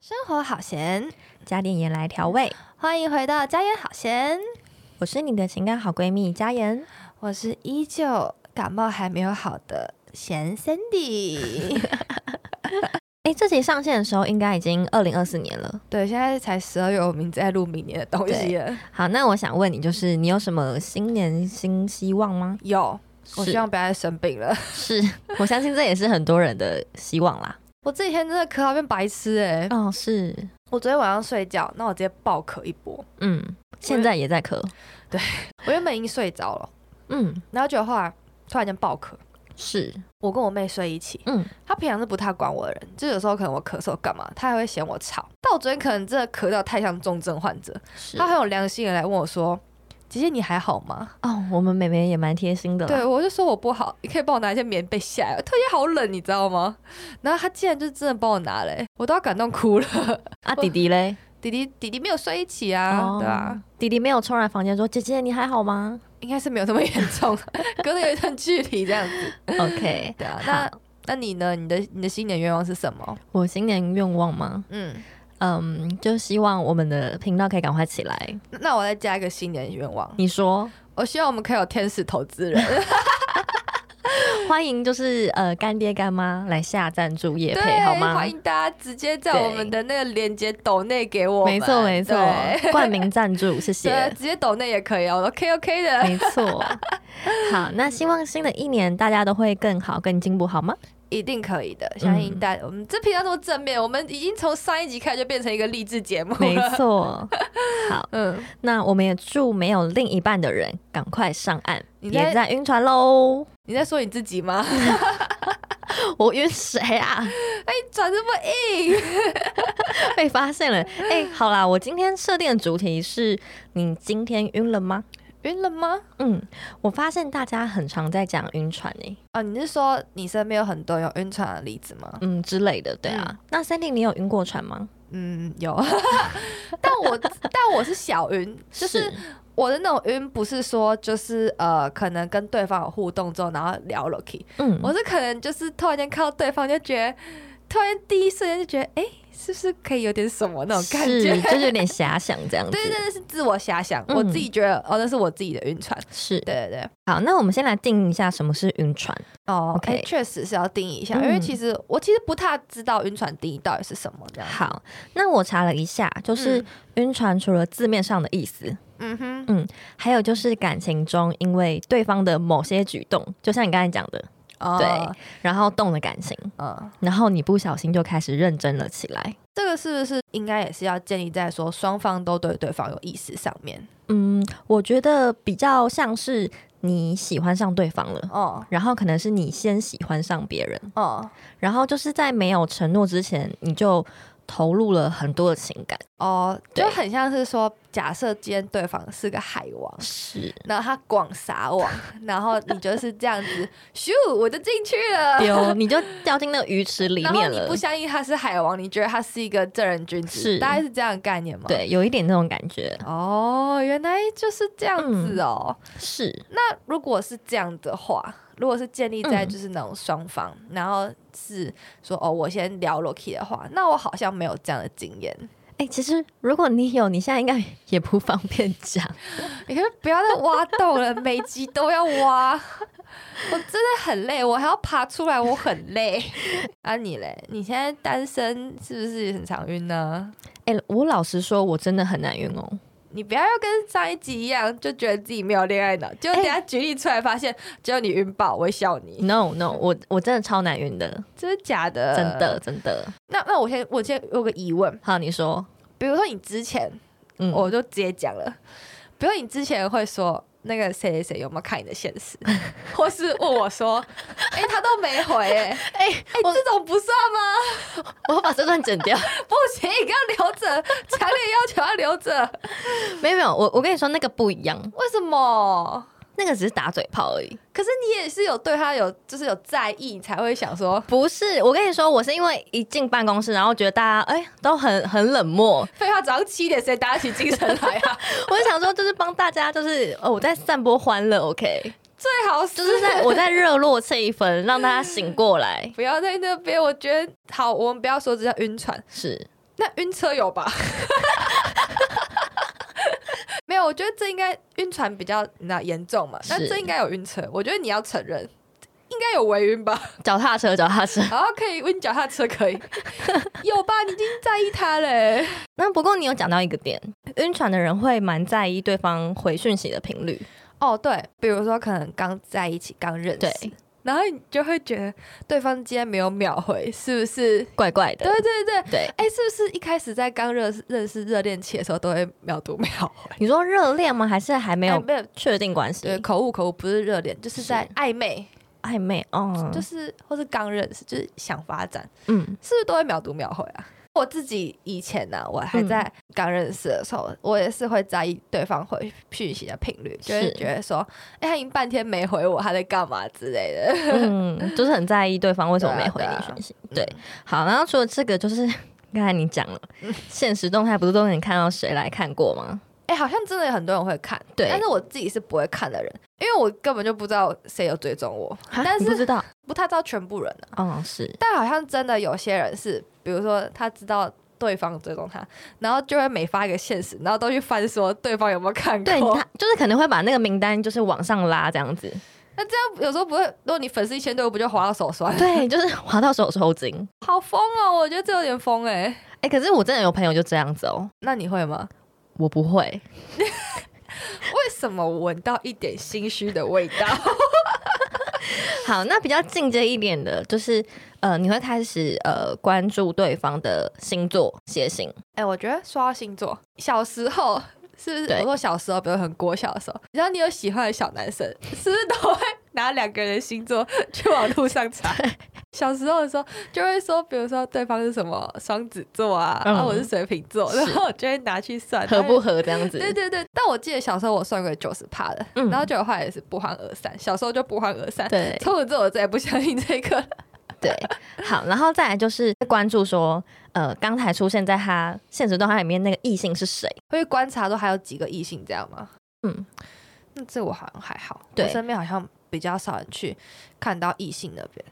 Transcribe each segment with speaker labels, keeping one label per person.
Speaker 1: 生活好咸，
Speaker 2: 加点盐来调味。
Speaker 1: 欢迎回到家园好咸，
Speaker 2: 我是你的情感好闺蜜佳妍。
Speaker 1: 我是依旧感冒还没有好的咸 Sandy。
Speaker 2: 哎，这集上线的时候应该已经二零二四年了。
Speaker 1: 对，现在才十二月，我们在录明年的东西了。
Speaker 2: 好，那我想问你，就是你有什么新年新希望吗？
Speaker 1: 有，我
Speaker 2: 是
Speaker 1: 希望不要再生病了。
Speaker 2: 是， 我相信这也是很多人的希望啦。
Speaker 1: 我这几天真的咳到变白痴哎、
Speaker 2: 哦，是，
Speaker 1: 我昨天晚上睡觉，那我直接暴咳一波。
Speaker 2: 嗯，现在也在咳，
Speaker 1: 我原本已经睡着了，
Speaker 2: 嗯，
Speaker 1: 然后结果后来突然间暴咳。
Speaker 2: 是，
Speaker 1: 我跟我妹睡一起，
Speaker 2: 嗯，
Speaker 1: 她平常是不太管我的人，就有时候可能我咳嗽干嘛，她还会嫌我吵。但我昨天可能真的咳到太像重症患者，
Speaker 2: 是
Speaker 1: 她很有良心的来问我说：“姐姐你还好吗
Speaker 2: 哦，我们妹妹也蛮贴心的？”啦。
Speaker 1: 对我就说我不好，你可以帮我拿一些棉被下来，特别好冷，你知道吗？然后她竟然就真的帮我拿了、欸我都要感动哭了。
Speaker 2: 啊，弟弟嘞？
Speaker 1: 弟弟弟弟没有睡一起啊，
Speaker 2: 哦
Speaker 1: 对啊，，
Speaker 2: 弟弟没有冲来房间说：“姐姐，你还好吗
Speaker 1: 应该是没有那么严重，啊 隔了有一段距离这样子。
Speaker 2: ？”OK，
Speaker 1: 对啊，
Speaker 2: 好
Speaker 1: 那那你呢？你的你的新年愿望是什么？
Speaker 2: 我新年愿望吗？
Speaker 1: 嗯。
Speaker 2: 嗯，就希望我们的频道可以赶快起来。
Speaker 1: 那我再加一个新年愿望，
Speaker 2: 你说，
Speaker 1: 我希望我们可以有天使投资 人，
Speaker 2: 欢迎就是呃干爹干妈来下赞助夜配
Speaker 1: 对，
Speaker 2: 好吗？
Speaker 1: 欢迎大家直接在我们的那个链接抖内给我们，
Speaker 2: 没错没错
Speaker 1: 对，
Speaker 2: 冠名赞助，
Speaker 1: 对，
Speaker 2: 谢谢。
Speaker 1: 直接抖内也可以哦，OK OK 的。
Speaker 2: 没 错，好，那希望新的一年大家都会更好、更进步，好吗？
Speaker 1: 一定可以的，
Speaker 2: 嗯
Speaker 1: 相信大我们这频道这么正面，我们已经从上一集开始就变成一个励志节目
Speaker 2: 没
Speaker 1: 了。
Speaker 2: 错，好，
Speaker 1: 嗯，
Speaker 2: 那我们也祝没有另一半的人赶快上岸，
Speaker 1: 你
Speaker 2: 别
Speaker 1: 在
Speaker 2: 再晕船 喽！
Speaker 1: 你在说你自己吗？
Speaker 2: 我晕谁啊？
Speaker 1: 哎，转这么硬，
Speaker 2: 被发现了。哎、好啦，我今天设定的主题是你今天晕了吗？
Speaker 1: 晕了吗？
Speaker 2: 嗯，我发现大家很常在讲晕船欸诶、
Speaker 1: 哦，你是说你身边有很多有晕船的例子吗？
Speaker 2: 嗯之类的，对啊。那 Sandy，你有晕过船吗？
Speaker 1: 嗯，有， 但我但我是小 晕，就是我的那种晕不是说就是呃，可能跟对方有互动之后，然后聊 l o k y
Speaker 2: 嗯，
Speaker 1: 我是可能就是突然间看到对方就觉得，突然间第一瞬间就觉得，哎、是不是可以有点什么那种感觉
Speaker 2: 是？ 就是有点遐想这样子。
Speaker 1: 对对 对，是自我遐想，
Speaker 2: 嗯
Speaker 1: 我自己觉得哦，那是我自己的晕船。
Speaker 2: 是
Speaker 1: 对对对，
Speaker 2: 好，那我们先来定义一下什么是晕船。
Speaker 1: 哦
Speaker 2: OK
Speaker 1: 哎确、实是要定义一下，
Speaker 2: 嗯
Speaker 1: 因为其实我其实不太知道晕船定义到底是什么这样。，
Speaker 2: 好，那我查了一下，就是
Speaker 1: 嗯
Speaker 2: 晕船除了字面上的意思，
Speaker 1: 嗯哼，
Speaker 2: 还有就是感情中因为对方的某些举动，就像你刚才讲的，
Speaker 1: 哦
Speaker 2: 对，然后动了感情，
Speaker 1: 嗯，
Speaker 2: 然后你不小心就开始认真了起来。
Speaker 1: 这个是不是应该也是要建立在说双方都对对方有意识上面？
Speaker 2: 嗯，我觉得比较像是你喜欢上对方了。
Speaker 1: 哦
Speaker 2: 然后可能是你先喜欢上别人，
Speaker 1: 哦
Speaker 2: 然后就是在没有承诺之前，你就投入了很多的情感。
Speaker 1: 哦，
Speaker 2: 对
Speaker 1: 就很像是说，假设今天对方是个海王，
Speaker 2: 是
Speaker 1: 然后他广撒网，然后你就是这样子，咻， 我就进去了。
Speaker 2: 丢，你就掉进那个鱼池里
Speaker 1: 然后
Speaker 2: 面
Speaker 1: 你
Speaker 2: 了
Speaker 1: 不。相信他是海王，你觉得他是一个正人君子，
Speaker 2: 是
Speaker 1: 大概是这样的概念吗？。
Speaker 2: 对，有一点那种感觉。
Speaker 1: 哦，原来就是这样子哦。
Speaker 2: 嗯是，
Speaker 1: 那如果是这样的话，如果是建立在
Speaker 2: 嗯
Speaker 1: 就是那种双方，然后是说哦，我先聊 Loki 的话，那我好像没有这样的经验。
Speaker 2: 哎、其实如果你有，你现在应该也不方便讲。
Speaker 1: 你可不可以不要再挖洞了，每集都要挖， 我真的很累，我还要爬出来，我很 累。啊，你嘞？你现在单身是不是也很常晕呢？
Speaker 2: 哎、我老实说，我真的很难晕哦。
Speaker 1: 你不要又跟上一集一样，就觉得自己没有恋爱
Speaker 2: 哎
Speaker 1: 脑，结果等一下举例出来发现，只有你晕爆，我会笑你，
Speaker 2: No No，我我真的超难晕的，
Speaker 1: 真的假的？
Speaker 2: 真的。真的。
Speaker 1: 那那我先我先有个疑问，
Speaker 2: 好，你说，
Speaker 1: 比如说你之前，
Speaker 2: 嗯，
Speaker 1: 我就直接讲了，比如你之前会说。那个谁谁谁有没有看你的现 实，或是问我 说：“哎、他都没回、哎，
Speaker 2: 哎、
Speaker 1: 哎、
Speaker 2: 我
Speaker 1: 这种不算吗？
Speaker 2: 我要把这段剪掉。
Speaker 1: 不行，要留着，强烈要求要留着。
Speaker 2: 没有没有，我我跟你说那个不一样，
Speaker 1: 为什么？
Speaker 2: 那个只是打嘴炮而已。
Speaker 1: 可是你也是有对他有，就是有在意，你才会想说，
Speaker 2: 不是，我跟你说，我是因为一进办公室，然后觉得大家哎、都很很冷漠，
Speaker 1: 废话，早上七点谁打得起精神来 啊？
Speaker 2: 我就想说就是帮大家就是哦我在散播欢乐，OK，
Speaker 1: 最好是
Speaker 2: 就是在我在热络气氛，让大家醒过来。
Speaker 1: 不要在那边。我觉得好，我们不要说这叫晕船，
Speaker 2: 是
Speaker 1: 那晕车有吧？ 没有，我觉得这应该晕船比较那严重嘛，那
Speaker 2: 是
Speaker 1: 这应该有晕车，我觉得你要承认。应该有微晕吧，
Speaker 2: 脚踏车，脚踏车。
Speaker 1: 然后可以晕脚踏车 可以，有吧？你已经在意他嘞，
Speaker 2: 那不过你有讲到一个点，晕船的人会蛮在意对方回讯息的频率，
Speaker 1: 哦，对，比如说可能刚在一起，刚认识
Speaker 2: 对，
Speaker 1: 然后你就会觉得对方今天没有秒回，是不是？
Speaker 2: 怪怪的
Speaker 1: 对。对对，
Speaker 2: 对，
Speaker 1: 哎、是不是一开始在刚认识认识热恋期的时候都会秒读秒回？
Speaker 2: 你说热恋吗？还是还没
Speaker 1: 哎
Speaker 2: 有
Speaker 1: 没有，
Speaker 2: 确定关系？
Speaker 1: 对，口误口误不是热恋，就是
Speaker 2: 是
Speaker 1: 在暧昧，
Speaker 2: 暧昧，哦，
Speaker 1: 就是是或是刚认识，就是想发展，
Speaker 2: 嗯，
Speaker 1: 是不是都会秒读秒回啊？我自己以前呢、我还
Speaker 2: 嗯
Speaker 1: 在刚认识的时候，我也是会在意对方回讯息的频率，就是
Speaker 2: 是
Speaker 1: 觉得说，哎、他已经半天没回我，他在干嘛之类的。
Speaker 2: 嗯，就是很在意对方为什么没回
Speaker 1: 对啊
Speaker 2: 你
Speaker 1: 对啊
Speaker 2: 讯息。对，好，然后除了这个，就是 刚才你讲了，现实动态不是都能看到谁来看过吗？
Speaker 1: 哎、好像真的有很多人会看，
Speaker 2: 对
Speaker 1: 但是我自己是不会看的人，因为我根本就不知道谁有追踪我，
Speaker 2: 哈
Speaker 1: 但
Speaker 2: 你不
Speaker 1: 是
Speaker 2: 知道，
Speaker 1: 不太知道全部人、啊、
Speaker 2: 哦， 是，
Speaker 1: 但好像真的有些人是，比如说他知道对方追踪他，然后就会每发一个现实，然后都去翻说对方有没有看
Speaker 2: 对，
Speaker 1: 过。
Speaker 2: 他就是可能会把那个名单就是往上拉这样子，
Speaker 1: 有时候不会，如果你粉丝一千多，不就滑到手酸？
Speaker 2: 对， 就是滑到手抽筋。
Speaker 1: 好疯哦！我觉得这有点疯哎、
Speaker 2: 哎、可是我真的有朋友就这样子哦，
Speaker 1: 那你会吗？
Speaker 2: 我不会，
Speaker 1: 为什么闻到一点心虚的味道？
Speaker 2: 好，那比较进阶一点的，就是呃，你会开始呃关注对方的星座、血型。
Speaker 1: 哎、我觉得说到星座，小时候是不是？
Speaker 2: 对
Speaker 1: 我说小时候，比如很国小的时候，然后你有喜欢的小男生，是不是都会拿两个人的星座去网络上查？小时候的时候就会说，比如说对方是什么双子座啊，
Speaker 2: 嗯
Speaker 1: 然后我是水瓶座，
Speaker 2: 是
Speaker 1: 然后我就会拿去算
Speaker 2: 合不
Speaker 1: 合。
Speaker 2: 合这样子？
Speaker 1: 对对对，但我记得小时候我算过九十趴的，
Speaker 2: 嗯
Speaker 1: 然后就后来也是不欢而散。小时候就不欢而散，
Speaker 2: 对
Speaker 1: 从此之后我再也不相信这个了。
Speaker 2: 对，好，然后再来就是关注说，呃，刚才出现在他现实动态里面那个异性是谁？
Speaker 1: 会去观察说还有几个异性这样吗？
Speaker 2: 嗯，
Speaker 1: 那这我好像还好，
Speaker 2: 对
Speaker 1: 我身边好像比较少人去看到异性那边。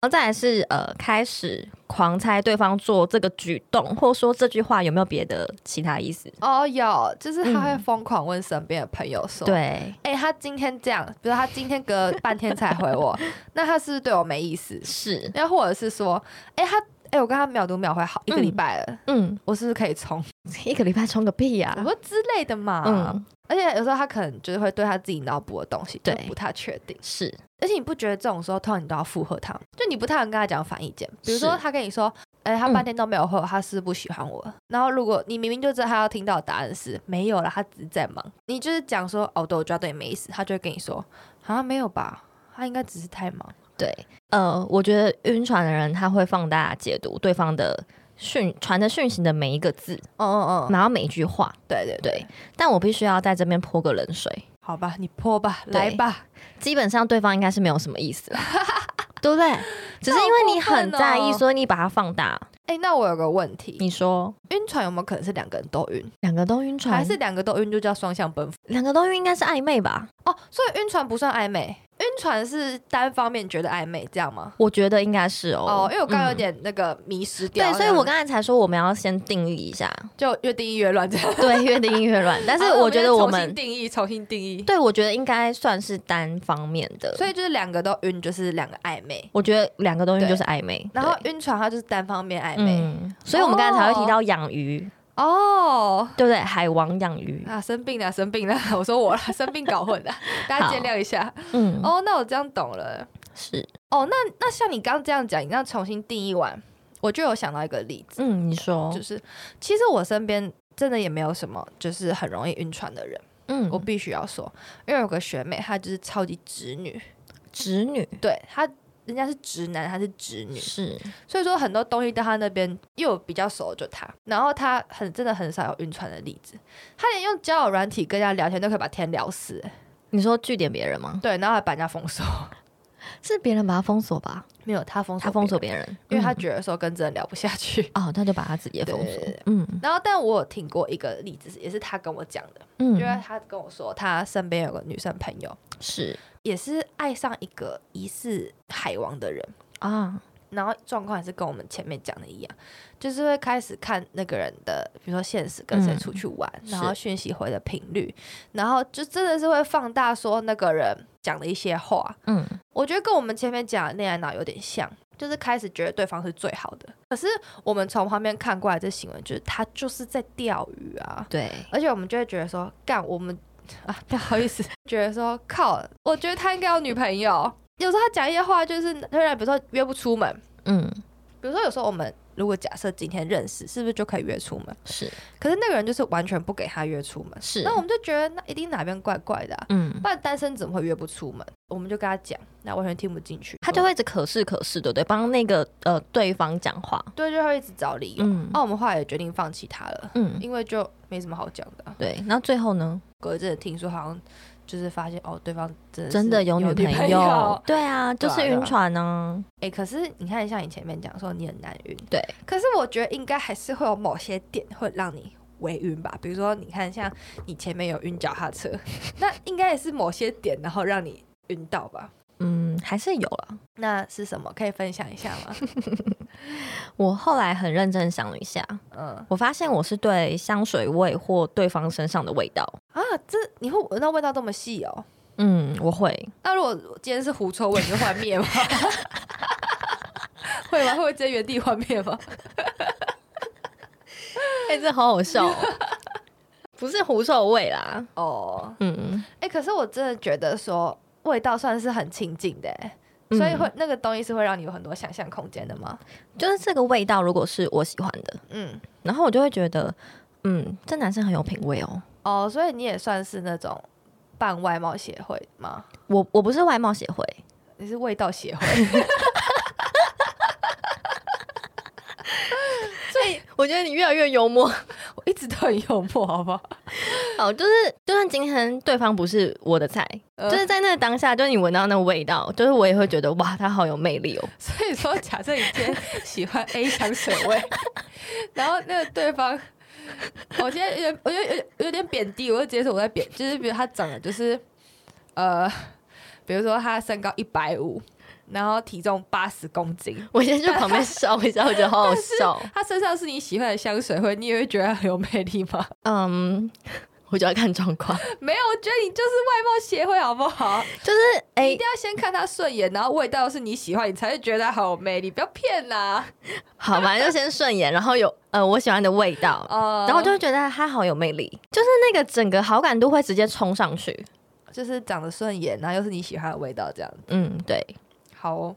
Speaker 2: 然后再来是呃，开始狂猜对方做这个举动，或说这句话有没有别的其他意思？
Speaker 1: 哦，有，就是他会
Speaker 2: 嗯
Speaker 1: 疯狂问身边的朋友说，，
Speaker 2: 对，
Speaker 1: 哎、他今天这样，比如他今天隔半天才回我，那他是不是对我没意思？
Speaker 2: 是，
Speaker 1: 那或者是说，哎、他，哎、我跟他秒读秒回好一个礼拜了，
Speaker 2: 嗯，
Speaker 1: 我是不是可以冲？
Speaker 2: 一个礼拜冲个屁呀、
Speaker 1: 我说之类的嘛。
Speaker 2: 嗯，
Speaker 1: 而且有时候他可能就是会对他自己脑补的东西，就
Speaker 2: 对
Speaker 1: 不太确定。
Speaker 2: 是，
Speaker 1: 而且你不觉得这种时候通常你都要附和他吗，就你不太能跟他讲反意见。比如说
Speaker 2: 是嗯
Speaker 1: 他跟你说，哎、他半天都没有回我，他是不是不喜欢我。然后如果你明明就知道他要听到的答案是没有了，他只是在忙，你就是讲说，哦，对，我知道对你没意思，他就会跟你说，好像没有吧，他应该只是太忙。
Speaker 2: 对，呃，我觉得晕船的人他会放大解读对方的讯传的讯息的每一个字，
Speaker 1: 嗯嗯嗯，
Speaker 2: 然后每一句话。
Speaker 1: 对对
Speaker 2: 对，但我必须要在这边泼个冷水，
Speaker 1: 好吧，你泼吧，
Speaker 2: 对
Speaker 1: 来吧。
Speaker 2: 基本上对方应该是没有什么 意思啦，对不对？只是因为你很在
Speaker 1: 好过
Speaker 2: 意，
Speaker 1: 分哦
Speaker 2: 所以你把它放大。
Speaker 1: 哎、那我有个问题，
Speaker 2: 你说
Speaker 1: 晕船有没有可能是两个人都晕，
Speaker 2: 两个都晕船，
Speaker 1: 还是两个都晕就叫双向奔赴？
Speaker 2: 两个都晕，应该是暧昧吧？
Speaker 1: 哦，所以晕船不算暧昧，晕船是单方面觉得暧昧，这样吗？
Speaker 2: 我觉得应该是哦。
Speaker 1: 哦，因为我刚刚有
Speaker 2: 嗯。
Speaker 1: 点那个迷失掉
Speaker 2: 对，
Speaker 1: 了，
Speaker 2: 所以我刚才才说我们要先定义一 下，
Speaker 1: 就越定义越乱这样。
Speaker 2: 对，越定义越乱。但是
Speaker 1: 好
Speaker 2: 我觉得我
Speaker 1: 重新
Speaker 2: 们，
Speaker 1: 定义，重新定义。
Speaker 2: 对我觉得应该算是单方面的，
Speaker 1: 所以就是两个都晕，就是两个暧昧，
Speaker 2: 我觉得两个东西
Speaker 1: 对
Speaker 2: 就是暧昧，
Speaker 1: 然后
Speaker 2: 对
Speaker 1: 晕船它就是单方面暧昧。
Speaker 2: 嗯，所以我们刚才才会提到养鱼，
Speaker 1: 哦，
Speaker 2: 对不对？海王养鱼，
Speaker 1: 啊，生病了，生病了，我说我了，生病搞混了， 大家
Speaker 2: 好
Speaker 1: 见谅一下。
Speaker 2: 嗯，
Speaker 1: 哦，那我这样懂了。
Speaker 2: 是，
Speaker 1: 哦，那那像你刚刚这样讲，你这样重新定义完，我就有想到一个例子，
Speaker 2: 嗯，你说
Speaker 1: 就，是其实我身边真的也没有什么就是很容易晕船的人，
Speaker 2: 嗯，
Speaker 1: 我
Speaker 2: 我
Speaker 1: 必须要说，因为有个学妹，她就是超级直女，
Speaker 2: 侄女
Speaker 1: 对他，人家是直男，他是直女，
Speaker 2: 是，
Speaker 1: 所以说很多东西到他那边，因为我比较熟的就他，然后他很真的很少有晕船的例子，他连用交友软体跟人家聊天都可以把天聊死，欸
Speaker 2: 你说据点别人吗？
Speaker 1: 对，然后还把人家封锁，
Speaker 2: 是别人把他封锁吧？
Speaker 1: 没有他封锁，
Speaker 2: 他封锁，别人，
Speaker 1: 因为他
Speaker 2: 嗯
Speaker 1: 觉得说跟这人聊不下去。
Speaker 2: 哦，他就把他自己也封
Speaker 1: 对
Speaker 2: 锁
Speaker 1: 对对，
Speaker 2: 嗯
Speaker 1: 然后，但我有听过一个例子，也是他跟我讲的，因为
Speaker 2: 嗯，
Speaker 1: 他跟我说他身边有个女生朋友，
Speaker 2: 是
Speaker 1: 也是爱上一个疑似海王的人，
Speaker 2: 啊，
Speaker 1: 然后状况也是跟我们前面讲的一样，就是会开始看那个人的，比如说现实跟谁
Speaker 2: 嗯
Speaker 1: 出去玩，
Speaker 2: 是
Speaker 1: 然后讯息回的频率，然后就真的是会放大说那个人讲的一些话。
Speaker 2: 嗯，
Speaker 1: 我觉得跟我们前面讲的恋爱脑有点像，就是开始觉得对方是最好的，可是我们从旁边看过来这行为，就是他就是在钓鱼啊，
Speaker 2: 对，
Speaker 1: 而且我们就会觉得说，干我们 啊，不好意思， 觉得说靠，我觉得他应该有女朋友。有时候他讲一些话，就是突然，比如说约不出门，
Speaker 2: 嗯，
Speaker 1: 比如说有时候我们如果假设今天认识，是不是就可以约出门？
Speaker 2: 是
Speaker 1: 可是那个人就是完全不给他约出门，
Speaker 2: 是，
Speaker 1: 那我们就觉得那一定哪边怪怪的、啊，
Speaker 2: 嗯
Speaker 1: 不，然单身怎么会约不出门？我们就跟他讲，那完全听不进去，
Speaker 2: 他就会一直可是可是，对不对？帮那个呃对方讲话，
Speaker 1: 对，就会一直找理由。
Speaker 2: 嗯
Speaker 1: 那、我们后来也决定放弃他了，
Speaker 2: 嗯，
Speaker 1: 因为就没什么好讲的啊、
Speaker 2: 对。那最后呢？
Speaker 1: 隔一阵子听说好像就是发现哦，对方真的
Speaker 2: 真
Speaker 1: 真
Speaker 2: 的
Speaker 1: 有
Speaker 2: 有女朋
Speaker 1: 友。
Speaker 2: 友？ 对啊，
Speaker 1: 对
Speaker 2: 就
Speaker 1: 啊
Speaker 2: 是
Speaker 1: 对啊
Speaker 2: 晕船呢。
Speaker 1: 哎、可是你看，像你前面讲说你很难晕，
Speaker 2: 对。
Speaker 1: 可是我觉得应该还是会有某些点会让你微晕吧，比如说你看，像你前面有晕脚踏车， 那应该也是某些点，然后让你晕到吧？
Speaker 2: 嗯，还是有了。
Speaker 1: 那是什么？可以分享一下吗？
Speaker 2: 我后来很认真想了一下，
Speaker 1: 嗯
Speaker 2: 我发现我是对香水味或对方身上的味道，
Speaker 1: 啊，这你会闻到味道这么细哦？
Speaker 2: 嗯，我会，
Speaker 1: 那如果今天是狐臭味，你就幻灭吗？ 会吗？会直接原地幻灭吗？
Speaker 2: 哎、这好好笑、哦，不是狐臭味啦，
Speaker 1: 哦、
Speaker 2: 嗯，
Speaker 1: 哎、可是我真的觉得说味道算是很亲近的、欸，
Speaker 2: 嗯
Speaker 1: 所以会那个东西是会让你有很多想象空间的吗？
Speaker 2: 就是这个味道，如果是我喜欢的，
Speaker 1: 嗯，
Speaker 2: 然后我就会觉得，嗯，这男生很有品味哦。
Speaker 1: 哦，所以你也算是那种办外貌协会吗？
Speaker 2: 我我不是外貌协会，
Speaker 1: 你是味道协会？
Speaker 2: 所以我觉得你越来越幽 默。
Speaker 1: 我一直都很幽默，好不好？
Speaker 2: 哦，就是就算今天对方不是我的菜，
Speaker 1: 呃
Speaker 2: 就是在那个当下，就是你闻到那个味道，就是我也会觉得哇，他好有魅力哦。
Speaker 1: 所以说，假设你今天喜欢 A 香水味，然后那个对方，我今天有点，我有点有点贬低，我就接受我在贬，就是比如他长得就是，呃，比如说他身高一百五，然后体重八十公斤，
Speaker 2: 我现在就旁边笑一下，我觉得 好好笑。
Speaker 1: 他身上是你喜欢的香水味，你也会觉得他很有魅力吗？
Speaker 2: 嗯，我就要看状况，
Speaker 1: 没有，我觉得你就是外貌协会，好不好？
Speaker 2: 就是哎、
Speaker 1: 一定要先看他顺眼，然后味道是你喜欢，你才会觉得他好有魅力，不要骗啦、
Speaker 2: 好，反正就先顺眼，然后有呃我喜欢的味道，
Speaker 1: 哦，
Speaker 2: 然后就会觉得他好有魅力，就是那个整个好感度会直接冲上去。
Speaker 1: 就是长得顺眼，然后又是你喜欢的味道，这样
Speaker 2: 嗯，对，
Speaker 1: 好、哦，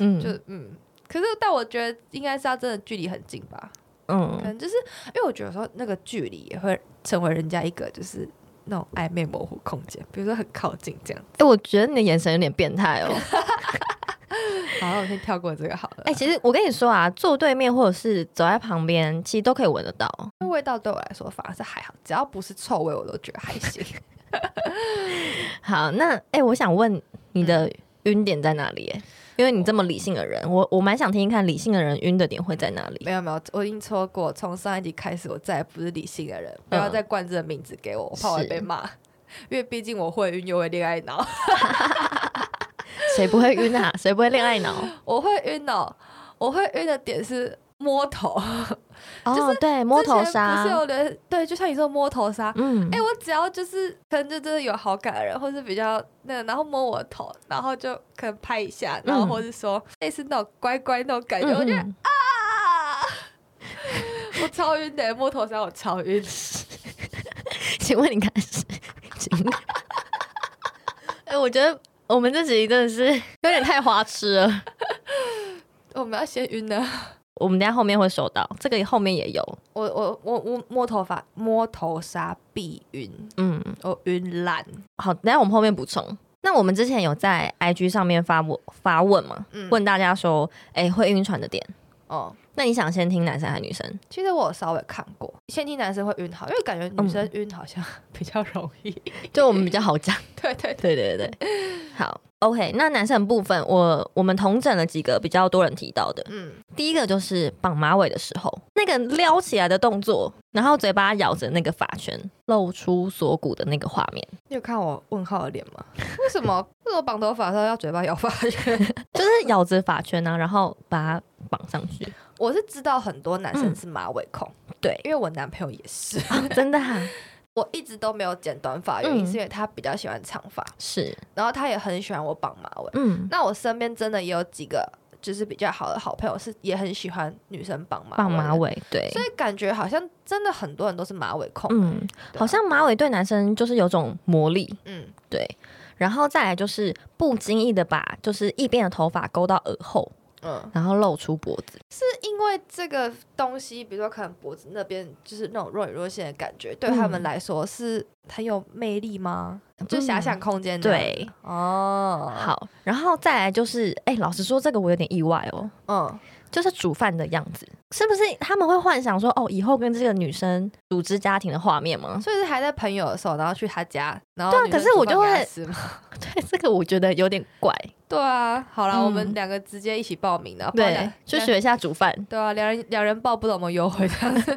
Speaker 2: 嗯，
Speaker 1: 就嗯。可是，但我觉得应该是要真的距离很近吧，可
Speaker 2: 嗯，
Speaker 1: 能就是因为我觉得说那个距离也会成为人家一个就是那种暧昧模糊空间，比如说很靠近这样。
Speaker 2: 哎、我觉得你的眼神有点变态哦。
Speaker 1: 好，我先跳过这个好了。
Speaker 2: 哎、其实我跟你说啊，坐对面或者是走在旁边，其实都可以闻得到。
Speaker 1: 味道对我来说反而是还好，只要不是臭味，我都觉得还行。
Speaker 2: 好，那哎、我想问你的
Speaker 1: 嗯
Speaker 2: 晕点在哪里、哎因为你这么理性的人，我我蛮想听听看理性的人晕的点会在哪里。
Speaker 1: 没有没有，我已经说过，从上一集开始，我再也不是理性的人，不要再冠这个名字给我，我怕我会被骂。因为毕竟我会晕，又会恋爱脑，
Speaker 2: 谁不会晕啊？谁不会恋爱 脑？
Speaker 1: 我会晕哦，我会晕的点是摸头，
Speaker 2: 哦，对，摸头
Speaker 1: 之前不是
Speaker 2: 杀。
Speaker 1: 有人对，就像你说摸头杀，
Speaker 2: 嗯，
Speaker 1: 哎、我只要就是可能就真的有好感的人，或是比较那个，然后摸我的头，然后就可能拍一下，然后
Speaker 2: 嗯
Speaker 1: 或是说、类似那种乖乖那种感觉，
Speaker 2: 嗯
Speaker 1: 我觉得
Speaker 2: 嗯
Speaker 1: 啊，我超晕的，摸头杀我超晕。
Speaker 2: 请问你看是？请问哎、我觉得我们这集真的是有点太花痴了。
Speaker 1: 我们要先晕呢，
Speaker 2: 我们等一下后面会收到，这个后面也有。
Speaker 1: 我我我我摸头发摸头杀必晕，
Speaker 2: 嗯，
Speaker 1: 我晕烂。
Speaker 2: 好，等一下我们后面补充。那我们之前有在 IG 上面发我发问嘛？
Speaker 1: 嗯
Speaker 2: 问大家说，哎、会晕船的点。
Speaker 1: 哦，
Speaker 2: 那你想先听男生还是女生？
Speaker 1: 其实我有稍微看过，先听男生会晕好，因为感觉女生晕好像 比较容易。
Speaker 2: 就我们比较好讲。
Speaker 1: 对对
Speaker 2: 对对对，好，OK。那男生的部分，我我们同整了几个比较多人提到的。
Speaker 1: 嗯，
Speaker 2: 第一个就是绑马尾的时候，那个撩起来的动作，然后嘴巴咬着那个发圈，露出锁骨的那个画面，
Speaker 1: 你有看我问号的脸吗？ 为什么？为什么绑头发的时候要嘴巴咬发圈？
Speaker 2: 就是咬着发圈啊，然后把它绑上去。
Speaker 1: 我是知道很多男
Speaker 2: 嗯
Speaker 1: 生是马尾控，
Speaker 2: 对
Speaker 1: 因为我男朋友也 是。
Speaker 2: 真的、啊、
Speaker 1: 我一直都没有剪短发，原因
Speaker 2: 嗯
Speaker 1: 是因为他比较喜欢长发，
Speaker 2: 是，
Speaker 1: 然后他也很喜欢我绑马尾。
Speaker 2: 嗯，
Speaker 1: 那我身边真的也有几个就是比较好的好朋友是也很喜欢女生绑马
Speaker 2: 绑
Speaker 1: 的
Speaker 2: 马，尾，对，
Speaker 1: 所以感觉好像真的很多人都是马尾控。
Speaker 2: 嗯，
Speaker 1: 对啊
Speaker 2: 好像马尾对男生就是有种魔力，
Speaker 1: 嗯，
Speaker 2: 对。然后再来就是不经意的把就是一边的头发勾到耳后，
Speaker 1: 嗯，
Speaker 2: 然后露出脖子，
Speaker 1: 是因为这个东西，比如说可能脖子那边就是那种若隐若现的感觉，对他们
Speaker 2: 嗯
Speaker 1: 来说是很有魅力吗？就遐想空间、
Speaker 2: 对，
Speaker 1: 哦，，
Speaker 2: 好。然后再来就是，哎、老实说，这个我有点意外哦，
Speaker 1: 嗯，
Speaker 2: 就是煮饭的样子，是不是他们会幻想说，哦，以后跟这个女生组织家庭的画面吗？
Speaker 1: 所以是还在朋友的时候，然后去他家，然后
Speaker 2: 对啊
Speaker 1: 女生
Speaker 2: 可是我
Speaker 1: 煮饭
Speaker 2: 就
Speaker 1: 给他
Speaker 2: 会
Speaker 1: 吃吗
Speaker 2: 对，这个我觉得有点怪。
Speaker 1: 对啊，好了，我们
Speaker 2: 嗯
Speaker 1: 两个直接一起报名了，不然
Speaker 2: 对
Speaker 1: 两，
Speaker 2: 去
Speaker 1: 两
Speaker 2: 学一下煮饭。
Speaker 1: 对啊，两人两人报不懂我们优惠这样 子。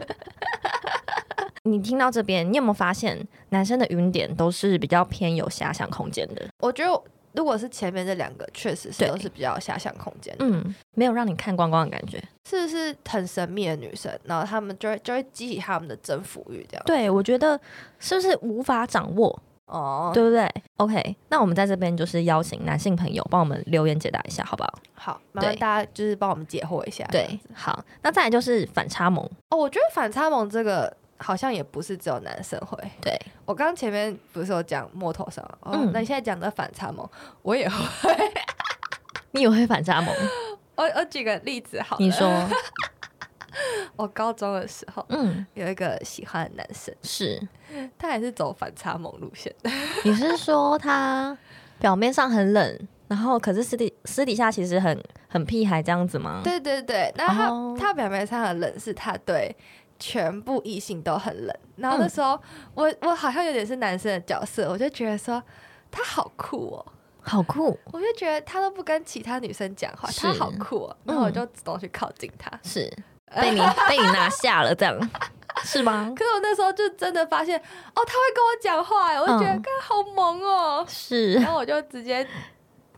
Speaker 2: 你听到这边，你有没有发现男生的云点都是比较偏有遐想空间的？
Speaker 1: 我觉得如果是前面这两个，确实是
Speaker 2: 对
Speaker 1: 都是比较遐想空间的，
Speaker 2: 嗯，没有让你看光光的感觉。
Speaker 1: 是是很神秘的女生，然后他们就会就会激起他们的征服欲这样。
Speaker 2: 对，我觉得是不是无法掌握，
Speaker 1: 哦，
Speaker 2: 对不对？OK，那我们在这边就是邀请男性朋友帮我们留言解答一下，好不好？
Speaker 1: 好，麻烦
Speaker 2: 对
Speaker 1: 大家就是帮我们解惑一下。这样
Speaker 2: 对
Speaker 1: 子，
Speaker 2: 好，那再来就是反差萌，
Speaker 1: 哦，我觉得反差萌这个。好像也不是只有男生会。
Speaker 2: 对，
Speaker 1: 我刚前面不是有讲摸头上，哦，
Speaker 2: 嗯
Speaker 1: 那你现在讲的反差萌，我也会。
Speaker 2: 你也会反差萌？
Speaker 1: 我我举个例子好了，
Speaker 2: 你说，
Speaker 1: 我高中的时候
Speaker 2: 嗯，
Speaker 1: 有一个喜欢的男生，
Speaker 2: 是，
Speaker 1: 他也是走反差萌路线的。
Speaker 2: 你是说他表面上很冷，然后可是私底私底下其实很很屁孩这样子吗？，
Speaker 1: 对对对，那他、
Speaker 2: 哦
Speaker 1: 他表面上的冷是他对全部异性都很冷，然后那
Speaker 2: 嗯
Speaker 1: 时候、我我好像有点是男生的角色，我就觉得说他好酷哦，
Speaker 2: 好酷，
Speaker 1: 我就觉得他都不跟其他女生讲话，他
Speaker 2: 是
Speaker 1: 好酷哦，然后我就主动去靠近他。
Speaker 2: 是被你被你拿下了，这样是吗？
Speaker 1: 可是我那时候就真的发现，哦，他会跟我讲话耶，我就觉得，
Speaker 2: 嗯
Speaker 1: 看、好萌哦，
Speaker 2: 是
Speaker 1: 然，后我就直接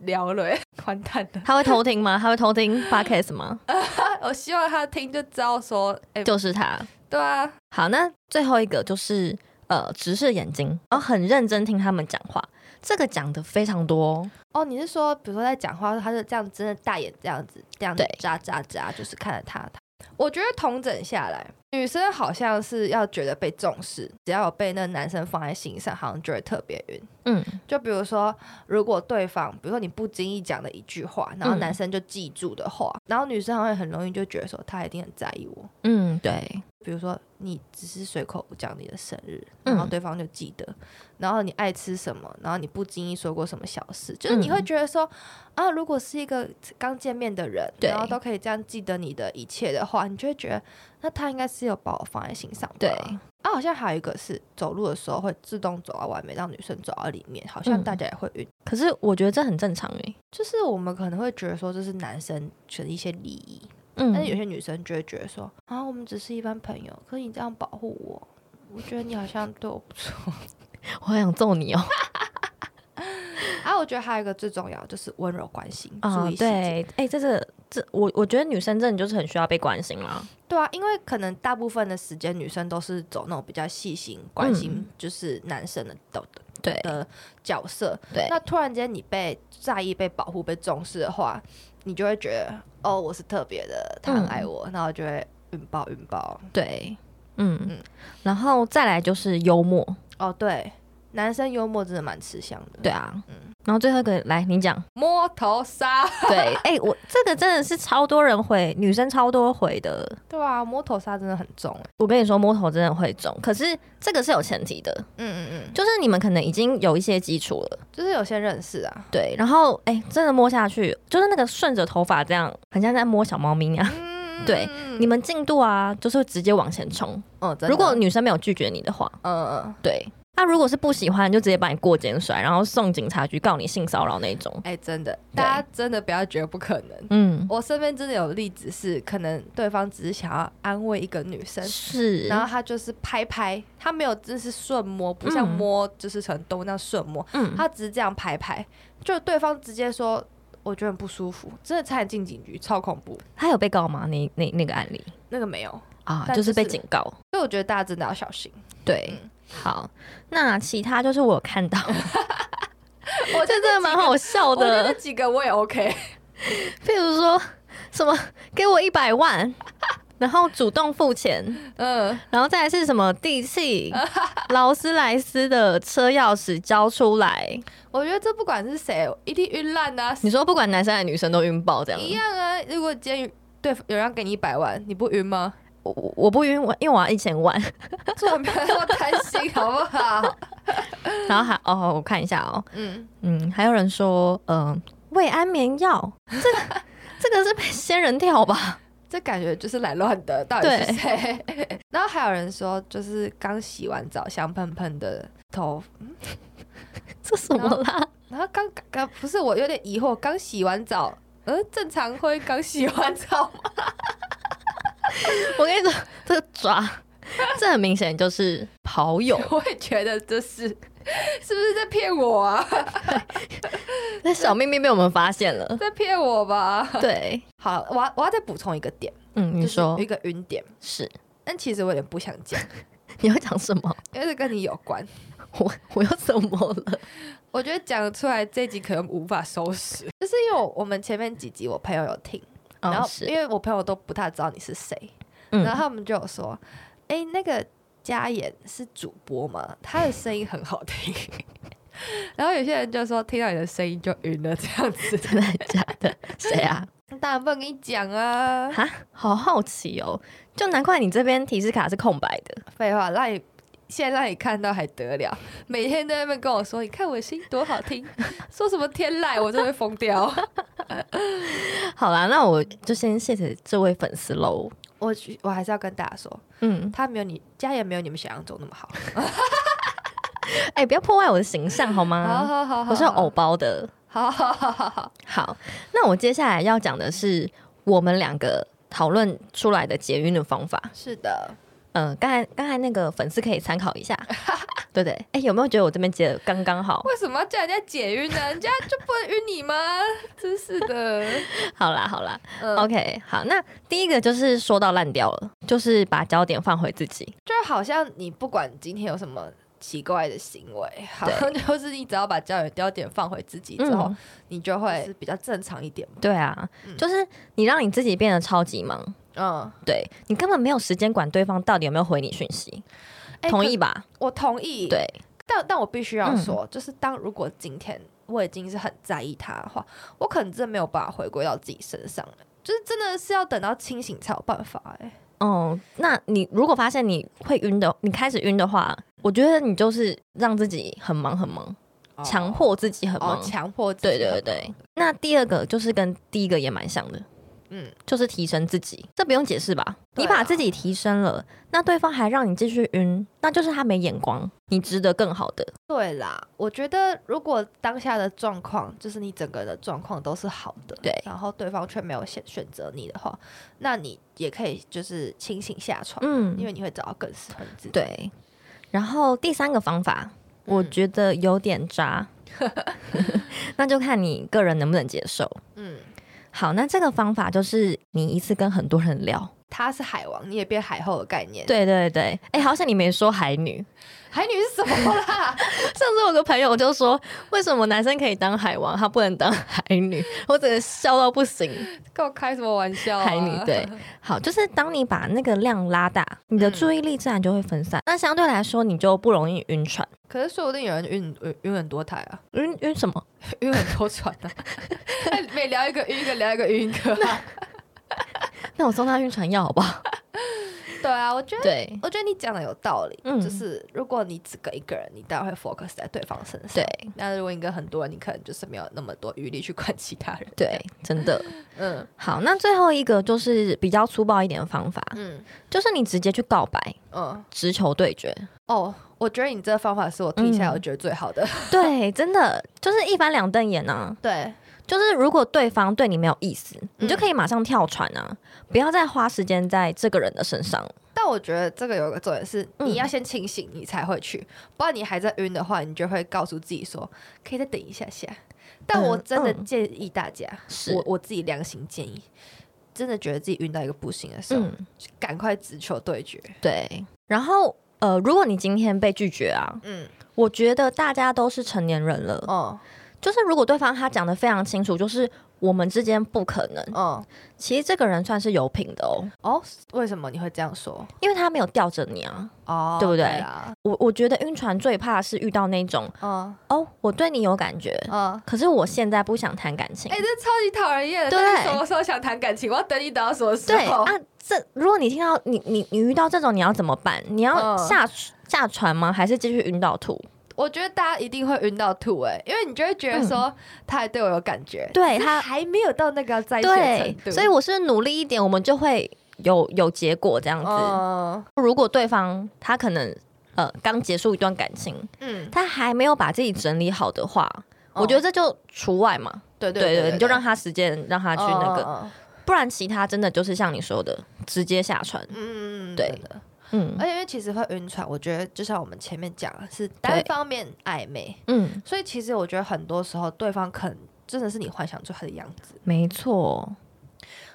Speaker 1: 聊了耶， 完蛋了。
Speaker 2: 他会偷听吗？他会偷听 podcast 吗？
Speaker 1: 啊我希望他听就知道说，哎、
Speaker 2: 就是他。
Speaker 1: 对啊，
Speaker 2: 好，那最后一个就是呃，直视眼睛，然后很认真听他们讲话。这个讲的非常多哦、
Speaker 1: 哦，你是说，比如说在讲话的时候，他就这样，真的大眼这样子，这样子
Speaker 2: 对
Speaker 1: 眨眨眨，就是看着他。他我觉得统整下来，女生好像是要觉得被重视，只要有被那男生放在心上，好像就会特别晕。
Speaker 2: 嗯，
Speaker 1: 就比如说，如果对方，比如说你不经意讲的一句话，然后
Speaker 2: 嗯
Speaker 1: 男生就记住的话，然后女生好像很容易就觉得说，他一定很在意我。
Speaker 2: 嗯，对，
Speaker 1: 比如说，你只是随口讲你的生日，然后
Speaker 2: 嗯
Speaker 1: 对方就记得，然后你爱吃什么，然后你不经意说过什么小事，就是你会
Speaker 2: 嗯
Speaker 1: 觉得说，啊，如果是一个刚见面的人，
Speaker 2: 对
Speaker 1: 然后都可以这样记得你的一切的话，你就会觉得，那他应该是有把我放在心上吧。
Speaker 2: 对
Speaker 1: 啊，好像还有一个是走路的时候会自动走到外面，让女生走到里面，好像
Speaker 2: 嗯
Speaker 1: 大家也会晕。
Speaker 2: 可是我觉得这很正常欸诶、
Speaker 1: 就是我们可能会觉得说这是男生的一些礼仪，
Speaker 2: 嗯，
Speaker 1: 但是有些女生就会觉得说啊，我们只是一般朋友，可是你这样保护我，我觉得你好像对我不错。
Speaker 2: 我好想揍你哦、
Speaker 1: 啊，我觉得还有一个最重要就是温柔关心，
Speaker 2: 啊、
Speaker 1: 注意细
Speaker 2: 对
Speaker 1: 节。，
Speaker 2: 哎、这是这我我觉得女生真的就是很需要被关心啦。
Speaker 1: 对啊，因为可能大部分的时间女生都是走那种比较细心、关心
Speaker 2: 嗯
Speaker 1: 就是男生的的
Speaker 2: 对
Speaker 1: 的角色。
Speaker 2: 对
Speaker 1: 那突然间你被在意、被保护、被重视的话，你就会觉得哦，我是特别的，他很爱
Speaker 2: 嗯
Speaker 1: 我，然后就会晕爆晕爆。
Speaker 2: 对，嗯
Speaker 1: 嗯
Speaker 2: 嗯，然后再来就是幽默，
Speaker 1: 哦，对，男生幽默真的蛮吃香的。
Speaker 2: 对，啊，然后最后一个来你讲，
Speaker 1: 摸头杀，
Speaker 2: 对，哎、我这个真的是超多人回，女生超多回的，
Speaker 1: 对啊，摸头杀真的很重欸。
Speaker 2: 我跟你说，摸头真的会中，可是这个是有前提的，
Speaker 1: 嗯嗯
Speaker 2: 就是你们可能已经有一些基础了，
Speaker 1: 嗯，就是有些认识啊，
Speaker 2: 对。然后，哎、真的摸下去，就是那个顺着头发这样，很像在摸小猫咪那样，
Speaker 1: 嗯，嗯
Speaker 2: 对，
Speaker 1: 嗯
Speaker 2: 你们进度啊，就是会直接往前冲。
Speaker 1: 哦，真的
Speaker 2: 如果女生没有拒绝你的话，
Speaker 1: 嗯，
Speaker 2: 对，那如果是不喜欢，就直接把你过肩摔，然后送警察局告你性骚扰那种。
Speaker 1: 哎、真的，大家真的不要觉得不可能。
Speaker 2: 嗯，
Speaker 1: 我身边真的有例子是，可能对方只是想要安慰一个女生，
Speaker 2: 是，
Speaker 1: 然后他就是拍拍，他没有真是顺摸，不像
Speaker 2: 嗯
Speaker 1: 摸就是成动物那样顺摸，
Speaker 2: 嗯，
Speaker 1: 他只是这样拍拍，就对方直接说我觉得很不舒服，真的差点进警局，超恐怖。
Speaker 2: 他有被告吗？那那那个案例
Speaker 1: 那个没有，
Speaker 2: 啊，
Speaker 1: 但
Speaker 2: 就是被
Speaker 1: 就是
Speaker 2: 警告。
Speaker 1: 所以我觉得大家真的要小心。
Speaker 2: 对，好，那其他就是我有看到，
Speaker 1: 我
Speaker 2: 这 真的蛮好笑
Speaker 1: 我觉得
Speaker 2: 的。
Speaker 1: 几个我也 OK，
Speaker 2: 譬如说什么给我一百万，然后主动付钱，
Speaker 1: 嗯，
Speaker 2: 然后再来是什么地 契、劳斯莱斯的车钥匙交出来。
Speaker 1: 我觉得这不管是谁，一定晕烂的、啊，
Speaker 2: 你说不管男生还是女生都晕爆这样
Speaker 1: 一样啊。如果今天对有人要给你一百万，你不晕 吗？
Speaker 2: 我我我不晕，我因为我要一 千万。
Speaker 1: 做人不要那么贪心，好不 好？
Speaker 2: 然后还哦，我看一下哦，
Speaker 1: 嗯，
Speaker 2: 嗯，还有人说，嗯、胃安眠药， 这个这个是被仙人跳吧？
Speaker 1: 这感觉就是来乱的，到底是
Speaker 2: 对
Speaker 1: 谁？ 然后还有人说，就是刚洗完澡香喷喷的头，
Speaker 2: 这什么啦？
Speaker 1: 然后刚刚不是我有点疑惑，刚洗完澡。呃，正常会刚洗完澡吗？
Speaker 2: 我跟你说，这个抓， 这很明显就是跑友
Speaker 1: 我也觉得这是，是不 是在骗我啊？
Speaker 2: 那小秘密被我们发 现了。
Speaker 1: 在骗我吧？
Speaker 2: 对，
Speaker 1: 好，我要我要再补充一个点，
Speaker 2: 嗯，你
Speaker 1: 就是
Speaker 2: 说
Speaker 1: 有一个晕点，
Speaker 2: 是？
Speaker 1: 但其实我有点不想 讲，
Speaker 2: 你要讲什么？
Speaker 1: 因为这跟你有关。
Speaker 2: 我我又怎么了？
Speaker 1: 我觉得讲出来这集可能无法收拾，就是因为我我们前面几集我朋友有听，然后
Speaker 2: 哦
Speaker 1: 因
Speaker 2: 是，
Speaker 1: 为我朋友都不太知道你是谁，然
Speaker 2: 嗯，
Speaker 1: 后他们就有说，哎、那个嘉妍是主播吗？她的声音很好听。 然后有些人就说听到你的声音就晕了这样子，
Speaker 2: 真的还假的？谁啊？
Speaker 1: 当然不能跟你讲啊，
Speaker 2: 哈，好好奇哦，就难怪你这边提示卡是空白的。
Speaker 1: 废话，让你现在让你看到还得了？每天在那边跟我说，你看我的声音多好听，说什么天籁，我真的会疯掉。
Speaker 2: 好啦，那我就先谢谢这位粉丝喽。
Speaker 1: 我我还是要跟大家说，
Speaker 2: 嗯，
Speaker 1: 他没有你家也没有你们想象中那么好。
Speaker 2: 哎、不要破坏我的形象嗯好
Speaker 1: 啊好
Speaker 2: 吗？
Speaker 1: 好好好，
Speaker 2: 我是有偶包的。
Speaker 1: 好好好好好，
Speaker 2: 好，那我接下来要讲的是我们两个讨论出来的捷运的方法。
Speaker 1: 是的，
Speaker 2: 嗯、刚才刚才那个粉丝可以参考 一下，对不对？哎、有没有觉得我这边接的刚刚好？
Speaker 1: 为什么要叫人家解晕呢？人家就不能晕你吗？真是 的。
Speaker 2: 好啦，好啦、
Speaker 1: 嗯
Speaker 2: o k 好。那第一个就是说到烂掉了，就是把焦点放回自己。
Speaker 1: 就好像你不管今天有什么奇怪的行为，好像 就是你只要把焦点焦点放回自己之后，
Speaker 2: 嗯
Speaker 1: 你就会是比较正常一点。
Speaker 2: 对啊，
Speaker 1: 嗯
Speaker 2: 就是你让你自己变得超级忙，
Speaker 1: 嗯，
Speaker 2: 对你根本没有时间管对方到底有没有回你讯息，
Speaker 1: 哎
Speaker 2: 同意吧？
Speaker 1: 我同意。
Speaker 2: 对，
Speaker 1: 但但我必须
Speaker 2: 嗯
Speaker 1: 要说，就是当如果今天我已经是很在意他的话，我可能真的没有办法回归到自己身上了。就是真的是要等到清醒才有办法哎、
Speaker 2: 哦，那你如果发现你会晕的，你开始晕的话，我觉得你就是让自己很忙很忙，强迫自己很忙。
Speaker 1: 哦，强迫自
Speaker 2: 对
Speaker 1: 己
Speaker 2: 对对对。那第二个就是跟第一个也蛮像的，
Speaker 1: 嗯，
Speaker 2: 就是提升自己，这不用解释吧？
Speaker 1: 对
Speaker 2: 你
Speaker 1: 啊
Speaker 2: 把自己提升了，那对方还让你继续晕，那就是他没眼光，你值得更好的。
Speaker 1: 对啦，我觉得如果当下的状况就是你整个的状况都是好的，
Speaker 2: 对
Speaker 1: 然后对方却没有选选择你的话，那你也可以就是清醒下床，
Speaker 2: 嗯
Speaker 1: 因为你会找到更适合你自己。，
Speaker 2: 对。然后第三个方法，我
Speaker 1: 嗯
Speaker 2: 觉得有点 渣，那就看你个人能不能接受。
Speaker 1: 嗯，
Speaker 2: 好，那这个方法就是你一次跟很多人聊。
Speaker 1: 他是海王，你也变海后的概念。，
Speaker 2: 对对对，哎、好像你没说海女。
Speaker 1: 海女是什么啦？
Speaker 2: 上次我有个朋友就说，为什么男生可以当海王，他不能当海女？我整个笑到不行。
Speaker 1: 跟我开什么玩笑、啊？
Speaker 2: 海女 对，好，就是当你把那个量拉大，你的
Speaker 1: 嗯
Speaker 2: 注意力自然就会分散，那相对来说你就不容易晕船。
Speaker 1: 可是说不定有人晕晕晕很多台啊，
Speaker 2: 晕晕什么？
Speaker 1: 晕很多船啊， 每聊一 个晕一个，聊一个晕一个啊、
Speaker 2: 那我送他晕船药好不好？
Speaker 1: 对啊，我觉得。
Speaker 2: 对
Speaker 1: 我觉得你讲的有道理，
Speaker 2: 嗯
Speaker 1: 就是如果你只跟一个人，你当然会 focus 在对方身上。
Speaker 2: 对，
Speaker 1: 那如果你跟很多人，你可能就是没有那么多余力去管其他人。
Speaker 2: 对，真的
Speaker 1: 嗯
Speaker 2: 好。那最后一个就是比较粗暴一点的方法，
Speaker 1: 嗯
Speaker 2: 就是你直接去告白，
Speaker 1: 嗯，
Speaker 2: 直球对决。
Speaker 1: 哦，我觉得你这个方法是我听起来
Speaker 2: 嗯
Speaker 1: 我觉得最好的。
Speaker 2: 对，真的就是一翻两瞪眼啊。
Speaker 1: 对，
Speaker 2: 就是如果对方对你没有意思，你就可以马上跳船啊，不要再花时间在这个人的身上。
Speaker 1: 但我觉得这个有一个重点是，
Speaker 2: 嗯
Speaker 1: 你要先清醒，你才会去。不然你还在晕的话，你就会告诉自己说，可以再等一下下。但我真的
Speaker 2: 嗯嗯
Speaker 1: 建议大家，
Speaker 2: 是
Speaker 1: 我我自己良心建议，真的觉得自己晕到一个不行的时候，
Speaker 2: 嗯，
Speaker 1: 就赶快直球对决。
Speaker 2: 对。然后呃，如果你今天被拒绝啊，
Speaker 1: 嗯，
Speaker 2: 我觉得大家都是成年人了，
Speaker 1: 哦，
Speaker 2: 就是如果对方他讲的非常清楚，就是我们之间不可能，
Speaker 1: 哦，
Speaker 2: 其实这个人算是有品的哦，
Speaker 1: 哦，为什么你会这样说？
Speaker 2: 因为他没有吊着你啊。
Speaker 1: 哦，
Speaker 2: 对不对
Speaker 1: 啊，
Speaker 2: 我我觉得晕船最怕是遇到那种
Speaker 1: 嗯
Speaker 2: 哦，我对你有感觉，
Speaker 1: 嗯。
Speaker 2: 可是我现在不想谈感情。
Speaker 1: 哎、这超级讨人厌的！
Speaker 2: 对
Speaker 1: 到底什么时候想谈感情？我要等你等到什么时
Speaker 2: 对
Speaker 1: 候？
Speaker 2: 啊，这如果你听到你你你遇到这种，你要怎么办？你要
Speaker 1: 嗯
Speaker 2: 下、下船吗？还是继续晕到吐？
Speaker 1: 我觉得大家一定会晕到吐哎、因为你就会觉得说
Speaker 2: 嗯
Speaker 1: 他还对我有感觉，
Speaker 2: 对
Speaker 1: 只是
Speaker 2: 哎他
Speaker 1: 还没有到那个要在一起的程
Speaker 2: 对
Speaker 1: 度，，
Speaker 2: 所以我是不是努力一点，我们就会有有结果这样子。
Speaker 1: 嗯
Speaker 2: 如果对方他可能呃刚结束一段感情，
Speaker 1: 嗯，
Speaker 2: 他还没有把自己整理好的话，
Speaker 1: 哦
Speaker 2: 我觉得这就除外嘛。
Speaker 1: 对
Speaker 2: 对
Speaker 1: 对
Speaker 2: 对
Speaker 1: 对哦
Speaker 2: 你就让他时间让他
Speaker 1: 他
Speaker 2: 去那个，
Speaker 1: 个，
Speaker 2: 不然其他真的就是像你说的，直接下船。
Speaker 1: 嗯，
Speaker 2: 对
Speaker 1: 真的
Speaker 2: 嗯
Speaker 1: 而且因为其实会晕船，我觉得就像我嗯们前面讲的是单方面暧昧，
Speaker 2: 嗯，
Speaker 1: 所以其实我觉得很多时候对方可能真的是你幻想出来的样子，
Speaker 2: 没错。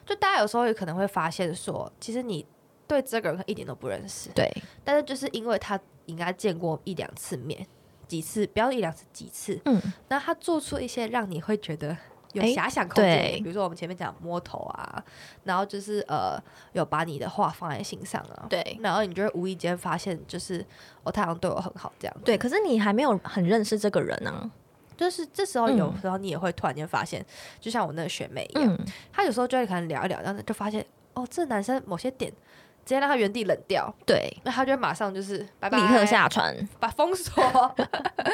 Speaker 1: 就大家有时候也可能会发现说，其实你对这个人一点都不认识，
Speaker 2: 对，
Speaker 1: 但是就是因为他应该见过一两次面，几次不要一两次，几次，
Speaker 2: 嗯，
Speaker 1: 那他做出一些让你会觉得有
Speaker 2: 诶
Speaker 1: 遐想空间的，
Speaker 2: 对
Speaker 1: 比如说我们前面讲摸头啊，然后就是呃有把你的话放在心上啊，，
Speaker 2: 对
Speaker 1: 然后你就会无意间发现就是哦，他好像对我很好这样，
Speaker 2: 对，，可是你还没有很认识这个人啊。
Speaker 1: 就是这时候
Speaker 2: 嗯
Speaker 1: 有时候你也会突然间发现，就像我那个学妹一样，
Speaker 2: 嗯，
Speaker 1: 她有时候就会可能聊一聊，然后就发现哦，这男生某些点直接让他原地冷掉，
Speaker 2: 对，
Speaker 1: 那他就会马上就是拜拜，
Speaker 2: 立刻下船。
Speaker 1: 把封锁，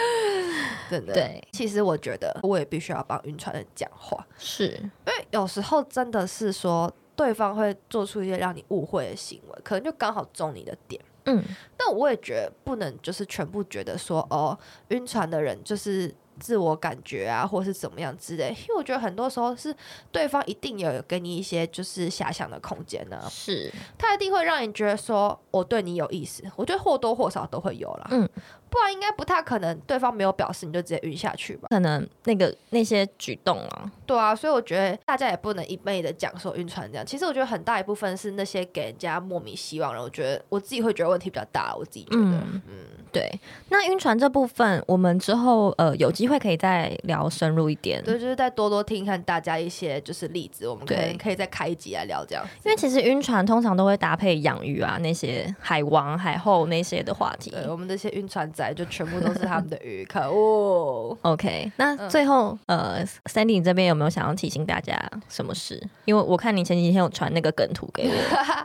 Speaker 1: 真的。
Speaker 2: 对，
Speaker 1: 其实我觉得我也必须要帮晕船人讲话，
Speaker 2: 是，
Speaker 1: 因为有时候真的是说对方会做出一些让你误会的行为，可能就刚好中你的点。
Speaker 2: 嗯，
Speaker 1: 但我也觉得不能就是全部觉得说哦，晕船的人就是。自我感觉啊，或是怎么样之类，因为我觉得很多时候是对方一定有给你一些就是遐想的空间呢、啊
Speaker 2: 是，
Speaker 1: 他一定会让你觉得说我对你有意思，我觉得或多或少都会有啦，
Speaker 2: 嗯
Speaker 1: 不然应该不太可能对方没有表示你就直接晕下去吧？
Speaker 2: 可能那个那些举动啊，
Speaker 1: 对啊，所以我觉得大家也不能一昧的讲说晕船这样，其实我觉得很大一部分是那些给人家莫名希望的人，我觉得我自己会觉得问题比较大，我自己觉得，嗯
Speaker 2: 嗯对。那晕船这部分，我们之后呃有机会可以再聊深入一点，
Speaker 1: 对，就是再多多听看大家一些就是例子，我们可
Speaker 2: 对
Speaker 1: 能可以再开一集来聊这样，
Speaker 2: 因为其实晕船通常都会搭配养鱼啊，那些海王、海后那些的话题。
Speaker 1: 对我们这些晕船仔就全部都是他们的鱼，可恶。
Speaker 2: OK，那
Speaker 1: 嗯
Speaker 2: 最后、呃，Sandy 你这边有没有想要提醒大家什么事？因为我看你前几天有传那个梗图给我，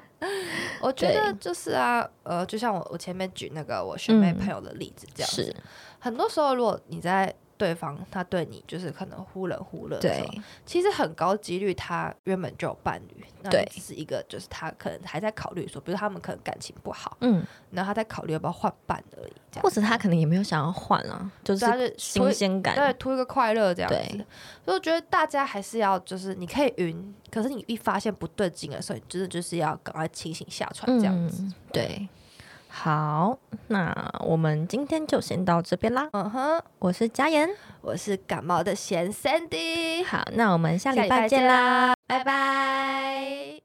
Speaker 1: 我觉得
Speaker 2: 对
Speaker 1: 就是啊，呃，就像我我前面举那个我学妹
Speaker 2: 嗯
Speaker 1: 朋友的例子 这样子，
Speaker 2: 是
Speaker 1: 很多时候如果你在对方他对你就是可能忽冷忽热，
Speaker 2: 对，
Speaker 1: 其实很高几率他原本就有伴侣，那
Speaker 2: 对
Speaker 1: 只是一个就是他可能还在考虑说，比如他们可能感情不好，
Speaker 2: 嗯，
Speaker 1: 然后他在考虑要不要换伴而已，这样
Speaker 2: 或者他可能也没有想要换啊，就
Speaker 1: 对他
Speaker 2: 是
Speaker 1: 就
Speaker 2: 新鲜
Speaker 1: 对，
Speaker 2: 感，
Speaker 1: 图一个快乐这样子
Speaker 2: 对。
Speaker 1: 所以我觉得大家还是要，就是你可以晕，可是你一发现不对劲的时候，你真的就是要赶快清醒下船这样子。
Speaker 2: 嗯，对。好，那我们今天就先到这边啦。
Speaker 1: 嗯哼，
Speaker 2: 我是佳妍，
Speaker 1: 我是感冒的贤 Sandy，
Speaker 2: 好，那我们下
Speaker 1: 下
Speaker 2: 礼
Speaker 1: 礼
Speaker 2: 拜
Speaker 1: 拜
Speaker 2: 见
Speaker 1: 见
Speaker 2: 啦，
Speaker 1: 拜拜。